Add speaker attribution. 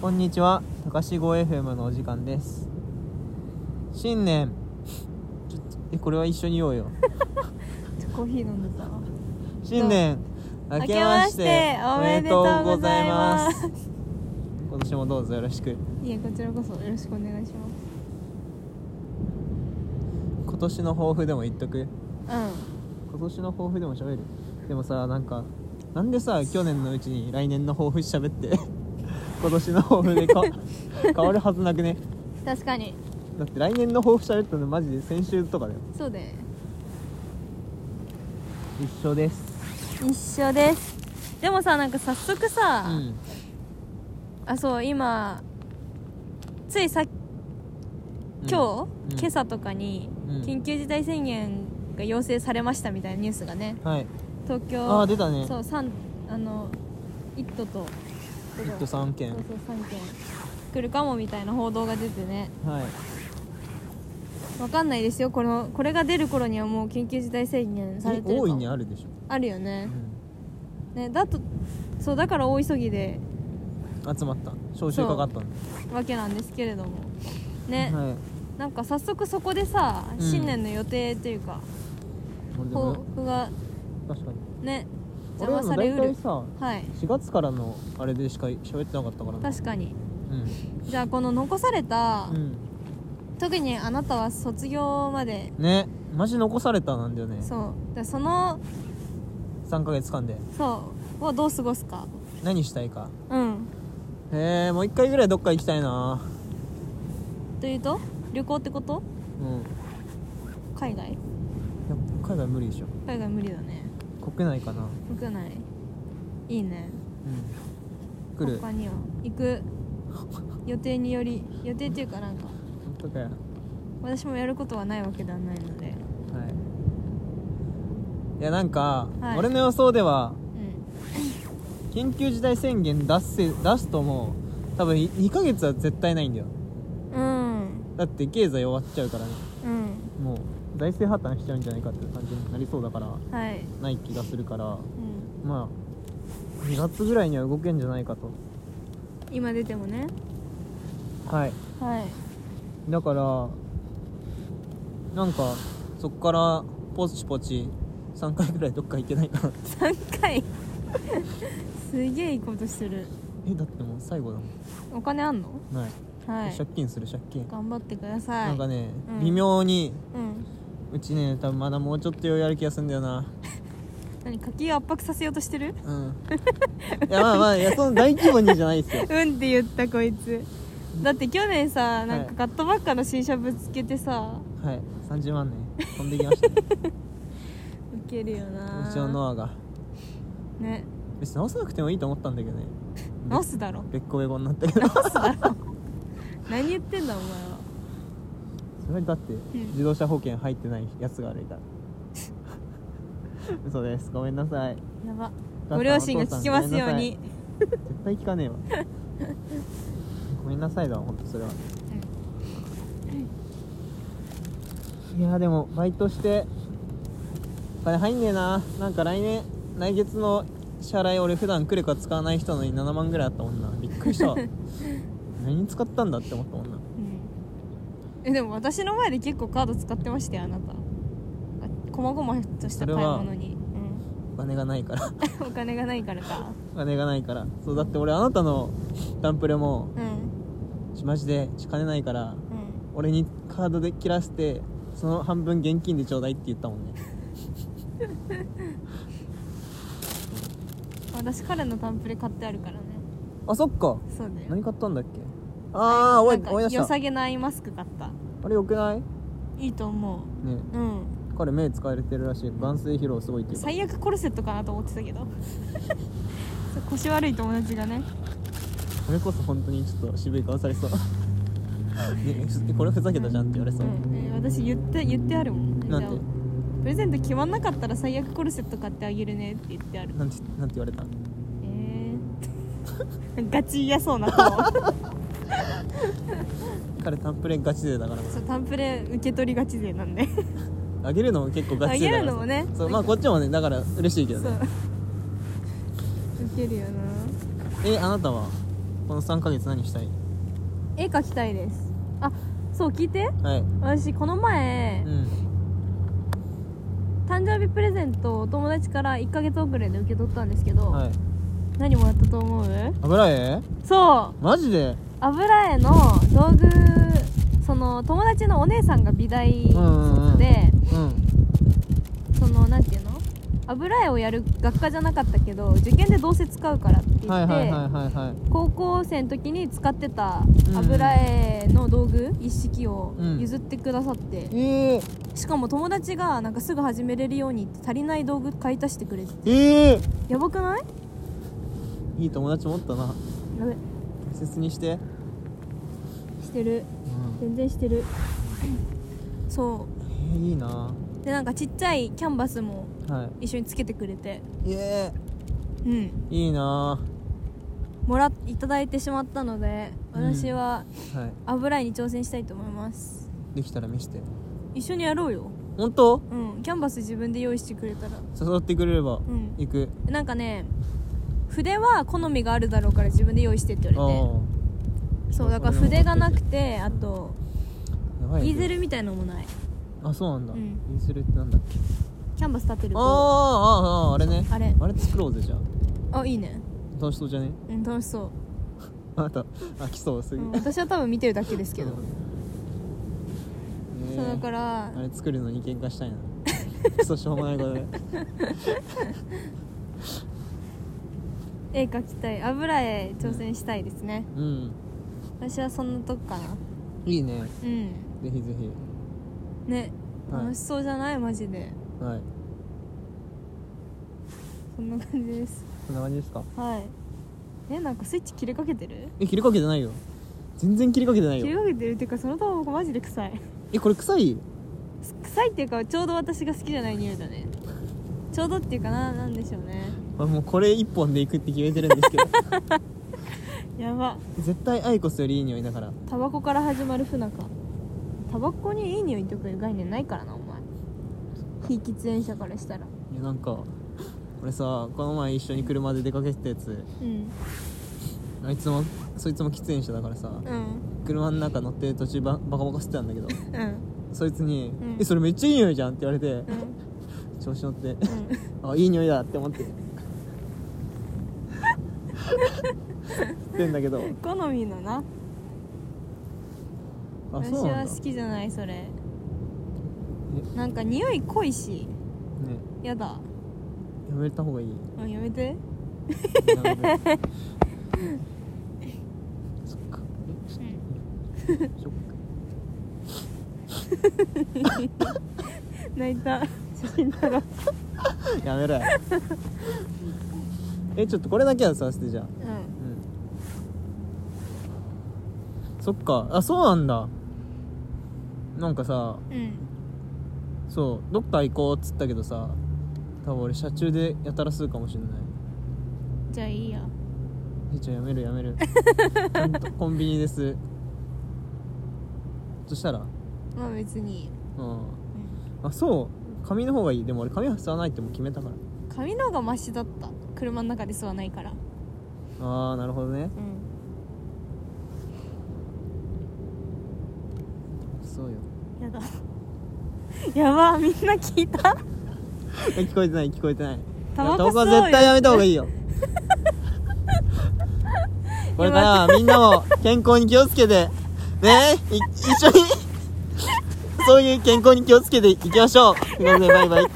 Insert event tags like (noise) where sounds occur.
Speaker 1: こんにちは、高志号 FM のお時間です。新年、ちょっとえ、これは一緒に言おう (laughs) よ。
Speaker 2: ちょコーヒー飲んでた
Speaker 1: 新年、明けましておめでとうございます。今年もどうぞよろしく。
Speaker 2: (laughs) いえこちらこそよろしくお願いし
Speaker 1: 今年の抱負でも言っとく。
Speaker 2: ます
Speaker 1: 今年の抱負でも喋る。でもさ、なんか、なんでさ、去年のうちに来年の抱負喋って、 (laughs) 今年の抱負で (laughs) か変わるはずなくね。
Speaker 2: うん確かに
Speaker 1: だって来年の抱負喋ったのマジで先週とかだよ。
Speaker 2: そうだよね
Speaker 1: 一緒です。
Speaker 2: 一緒ですでもさなんか早速
Speaker 1: う
Speaker 2: さ、
Speaker 1: ん。
Speaker 2: あそう今ついさ今日、
Speaker 1: うん
Speaker 2: 今朝とかに、
Speaker 1: うん
Speaker 2: 緊急事態宣言が要請されましたみたいなニュースがね
Speaker 1: はい。
Speaker 2: 東京
Speaker 1: ああ、出たね。
Speaker 2: そう三あの一都と
Speaker 1: 一都三県
Speaker 2: そうそう三県来るかもみたいな報道が出てね
Speaker 1: はい
Speaker 2: わかんないですよこのこれが出る頃にはもう緊急事態宣言され
Speaker 1: え
Speaker 2: てるかも
Speaker 1: 大いにあるでしょ、
Speaker 2: あるよ
Speaker 1: う
Speaker 2: ね,、
Speaker 1: ん、
Speaker 2: ねだとそうだから大急ぎで
Speaker 1: 集まった招集かかったんだ
Speaker 2: わけなんですけれどもね、
Speaker 1: はい
Speaker 2: なんか早速そこでさ
Speaker 1: うん
Speaker 2: 新年の予定というか、
Speaker 1: 俺で
Speaker 2: 抱
Speaker 1: も
Speaker 2: 負が
Speaker 1: 確かに
Speaker 2: ね
Speaker 1: 俺
Speaker 2: 邪
Speaker 1: は
Speaker 2: 魔
Speaker 1: も
Speaker 2: さ
Speaker 1: う
Speaker 2: れ
Speaker 1: 大
Speaker 2: う
Speaker 1: 体
Speaker 2: る
Speaker 1: さ
Speaker 2: はい
Speaker 1: 4月からのあれでしか喋ってなかったからな
Speaker 2: 確かに
Speaker 1: う
Speaker 2: じゃあこの残された、
Speaker 1: ん、
Speaker 2: 特にあなたは卒業まで
Speaker 1: うん、ねマジ残されたなんだよね
Speaker 2: そうでその
Speaker 1: 3ヶ月間で
Speaker 2: そうをどう過ごすか
Speaker 1: 何したいか
Speaker 2: うん
Speaker 1: えー、もう1回ぐらいどっか行きたいな
Speaker 2: というと旅行ってこと
Speaker 1: うんい
Speaker 2: 海外
Speaker 1: や海外無理でしょ
Speaker 2: 海外無理だね
Speaker 1: 国内かな
Speaker 2: 国内いいね
Speaker 1: うん来る
Speaker 2: 他には行く予定により予定っていうかなんか
Speaker 1: 本当かよ
Speaker 2: 私もやることはないわけではないので
Speaker 1: はいいやなんか、
Speaker 2: はい
Speaker 1: 俺の予想では
Speaker 2: う
Speaker 1: 緊急事態宣言出せ出すともう多分い2ヶ月は絶対ないんだよ
Speaker 2: んうん
Speaker 1: だって経済終わっちゃうからね
Speaker 2: うん
Speaker 1: もう財政破綻しちゃうんじゃないかっていう感じになりそうだから
Speaker 2: はい
Speaker 1: ない気がするから
Speaker 2: うん
Speaker 1: まあ2月ぐらいには動けんじゃないかと
Speaker 2: 今出てもね
Speaker 1: はい
Speaker 2: はい
Speaker 1: だからなんかそっからポチポチ3回ぐらいどっか行けないかなって
Speaker 2: 3回 (laughs) すげえいいことしてる
Speaker 1: えだってもう最後だもん
Speaker 2: お金あんの
Speaker 1: ない、
Speaker 2: はい
Speaker 1: 借金する借金、
Speaker 2: 頑張ってください
Speaker 1: なんかね、
Speaker 2: うん
Speaker 1: 微妙に
Speaker 2: うん
Speaker 1: うちね多分まだもうちょっと余裕ある気がするんだよな
Speaker 2: 何課金圧迫させようとしてる
Speaker 1: うんいやまあまあいやその大規模にじゃないですよ
Speaker 2: (laughs) うんって言ったこいつだって去年さなん
Speaker 1: は
Speaker 2: か
Speaker 1: い
Speaker 2: ガットばっかの新車ぶつけてさ
Speaker 1: はい30万ね飛んできました
Speaker 2: (laughs)
Speaker 1: ね
Speaker 2: ウケるよな
Speaker 1: うちのノアが
Speaker 2: ね
Speaker 1: 別に直さなくてもいいと思ったんだけどね
Speaker 2: 直すだろ
Speaker 1: べっこべこになったけど
Speaker 2: 何言ってんだお前は
Speaker 1: それだって
Speaker 2: ん
Speaker 1: 自動車保険入ってないやつが歩いた (laughs) 嘘ですごめんなさい
Speaker 2: やば
Speaker 1: お父さん
Speaker 2: ご両親が聞きますように
Speaker 1: 絶対聞かねえ
Speaker 2: (laughs)
Speaker 1: わごめんなさいだわほんとそれは、いやでもバイトしてお金入んねえななんか来年来月の支払い俺普段クレカ使わない人のに7万ぐらいあったもんなびっくりした
Speaker 2: (laughs)
Speaker 1: 何に使ったんだって思ったもんな
Speaker 2: うんえでも私の前で結構カード使ってましたよあなたあこまごまとした買い物に、
Speaker 1: お金がないから
Speaker 2: うん、 (laughs) お金がないからか
Speaker 1: お金がないからそうだって俺あなたのダンプレも
Speaker 2: うん
Speaker 1: マジで金ないから
Speaker 2: うん
Speaker 1: 俺にカードで切らせてその半分現金でちょうだいって言ったもんね
Speaker 2: 私彼のタンプレ買ってあるからね
Speaker 1: あそっか
Speaker 2: そうだよ
Speaker 1: 何買ったんだっけああ思い
Speaker 2: なんか
Speaker 1: 思い出
Speaker 2: 良
Speaker 1: した
Speaker 2: さげなアイマスク買った
Speaker 1: あれよくないね
Speaker 2: いいと思ううん
Speaker 1: 彼目使われてるらしい眼性疲労すごいっていうか
Speaker 2: 最悪コルセットかなと思ってたけど (laughs) そう腰悪い友達がね
Speaker 1: それこそ本当にちょっと渋い顔され
Speaker 2: (laughs)
Speaker 1: そうねえこれふざけたじゃんって言われそう、
Speaker 2: うんえー私言って言ってあるもん
Speaker 1: なんて
Speaker 2: じゃあプレゼント決まんなかったら最悪コルセット買ってあげるねって言ってある
Speaker 1: なんてなんて言われた
Speaker 2: えー、 (laughs) ガチ嫌そうな
Speaker 1: (laughs)
Speaker 2: 顔
Speaker 1: 彼タンプレガチ勢だから
Speaker 2: そうタンプレ受け取りがち勢なんで
Speaker 1: あげるのも結構ガチ勢だからさ
Speaker 2: あげるのもね
Speaker 1: そうまあこっちもねだから嬉しいけ
Speaker 2: そ
Speaker 1: ど
Speaker 2: う
Speaker 1: ね
Speaker 2: 受けるよな
Speaker 1: えあなたはこの3ヶ月何したい
Speaker 2: 絵描きたいですあそう聞いて
Speaker 1: はい
Speaker 2: 私この前、
Speaker 1: うん
Speaker 2: 誕生日プレゼントをお友達から1ヶ月遅れで受け取ったんですけど、
Speaker 1: はい
Speaker 2: 何もらったと思う
Speaker 1: 油絵
Speaker 2: そう
Speaker 1: マジで
Speaker 2: 油絵の道具その友達のお姉さんが美大卒で、
Speaker 1: うん
Speaker 2: そのなんていうの油絵をやる学科じゃなかったけど受験でどうせ使うからって言って、
Speaker 1: はいはいはいはいはい
Speaker 2: 高校生の時に使ってた油絵の道具一式を譲ってくださって、
Speaker 1: えー、
Speaker 2: しかも友達がなんかすぐ始めれるようにって足りない道具買い足してくれて
Speaker 1: えー、
Speaker 2: やばくない
Speaker 1: いい友達持ったな
Speaker 2: やべ
Speaker 1: 大切にして、
Speaker 2: してる
Speaker 1: うん
Speaker 2: 全然してるそ
Speaker 1: えー、いいな
Speaker 2: うでなんかちっちゃいキャンバスも
Speaker 1: は
Speaker 2: 一緒につけてくれて
Speaker 1: いえ
Speaker 2: うん
Speaker 1: ー、いいな
Speaker 2: もらっいただいてしまったので
Speaker 1: うん
Speaker 2: 私は
Speaker 1: はい
Speaker 2: 油絵に挑戦したいと思います
Speaker 1: できたら見せて
Speaker 2: 一緒にやろうよ
Speaker 1: 本当
Speaker 2: うんキャンバス自分で用意してくれたら
Speaker 1: 誘ってくれれば
Speaker 2: うん
Speaker 1: 行く、
Speaker 2: なんかね筆は好みがあるだろうから自分で用意してって言
Speaker 1: あ
Speaker 2: われてそうだから筆がなくてあと
Speaker 1: あやばい
Speaker 2: デ
Speaker 1: ね
Speaker 2: ィーゼルみたいのもない
Speaker 1: あそうなんだ、
Speaker 2: うん
Speaker 1: ディーゼルってなんだっけ
Speaker 2: キャンバス立てる
Speaker 1: あ
Speaker 2: あ
Speaker 1: ああああれね
Speaker 2: あれ
Speaker 1: あれ作ろうぜじゃあ
Speaker 2: あいいね
Speaker 1: 楽しそうじゃね
Speaker 2: うん楽しそ
Speaker 1: あなたあ来そうす
Speaker 2: う、
Speaker 1: ぐ、
Speaker 2: うん、私は多分見てるだけですけ (laughs) ど、そうだからら
Speaker 1: あれ作るのに喧嘩したいな
Speaker 2: (laughs)
Speaker 1: クソしょうもないことで
Speaker 2: 絵描きたい油絵挑戦したいですね
Speaker 1: うん
Speaker 2: 私はそんなとこかない
Speaker 1: いね
Speaker 2: うん
Speaker 1: ぜひぜひ
Speaker 2: ね
Speaker 1: はい
Speaker 2: 楽しそうじゃないマジで
Speaker 1: はい
Speaker 2: そんな感じです
Speaker 1: こんな感じですか
Speaker 2: はいえなんかスイッチ切れかけてる
Speaker 1: え切りかけてないよ全然切りかけてない
Speaker 2: 切れ
Speaker 1: よ
Speaker 2: かけてるっていうかそのタバコマジで臭い
Speaker 1: えこれ臭い
Speaker 2: 臭いっていうかちょうど私が好きじゃない匂いだねちょうどっていうかななんでしょうね
Speaker 1: あもうこれ一本でいくって決めてるんですけ
Speaker 2: (laughs)
Speaker 1: ど
Speaker 2: やば
Speaker 1: 絶対アイコスよりいい匂いだから
Speaker 2: タバコから始まる不仲タバコにいい匂いとかいう概念ないからなお前非喫煙者からしたら
Speaker 1: いやなんか俺さこの前一緒に車で出かけてたやつ
Speaker 2: うん
Speaker 1: あいつもそいつも喫煙者だからさ
Speaker 2: うん
Speaker 1: 車の中乗ってる途中ババカバカ吸ってたんだけど
Speaker 2: うん
Speaker 1: そいつに
Speaker 2: うん
Speaker 1: えそれめっちゃいい匂いじゃん」って言われて
Speaker 2: うん
Speaker 1: 調子乗って
Speaker 2: う
Speaker 1: 「
Speaker 2: ん
Speaker 1: あいい匂いだ」って思
Speaker 2: (laughs)
Speaker 1: って吸ってんだけど
Speaker 2: 好みのな
Speaker 1: あ
Speaker 2: 私
Speaker 1: そうな
Speaker 2: は
Speaker 1: んだ
Speaker 2: 好きじゃないそれなんか匂い濃いし
Speaker 1: えね
Speaker 2: やだ
Speaker 1: やめた方
Speaker 2: (laughs)
Speaker 1: がいい
Speaker 2: うんやめて
Speaker 1: なるべくそっかえちょっとショック
Speaker 2: 泣いた写真撮ろう
Speaker 1: (laughs) やめろよえちょっとこれだけはさせてじゃあ
Speaker 2: うん
Speaker 1: うんそっかあそうなんだなんかさ
Speaker 2: うん
Speaker 1: そうどっか行こうっつったけどさ多分俺車中でやたら吸うかもしんない
Speaker 2: じゃあいいや
Speaker 1: えちゃんやめるやめるちゃんとコンビニですそしたら
Speaker 2: まあ別に、
Speaker 1: うん
Speaker 2: うん、
Speaker 1: あそう紙の方がいいでも俺紙は吸わないってもう決めたから
Speaker 2: 髪の方がマシだった車の中で吸わないから
Speaker 1: ああなるほどね
Speaker 2: うん
Speaker 1: そうよ
Speaker 2: やだやばみんな聞いた
Speaker 1: え (laughs) 聞こえてない聞こえてない
Speaker 2: タバコ吸お
Speaker 1: いやタ
Speaker 2: うよ
Speaker 1: バは絶対やめた方がいい
Speaker 2: (laughs)
Speaker 1: よこれからはみんなも健康に気をつけてねい (laughs) 一緒にそういう健康に気をつけていきましょうということでバイバイ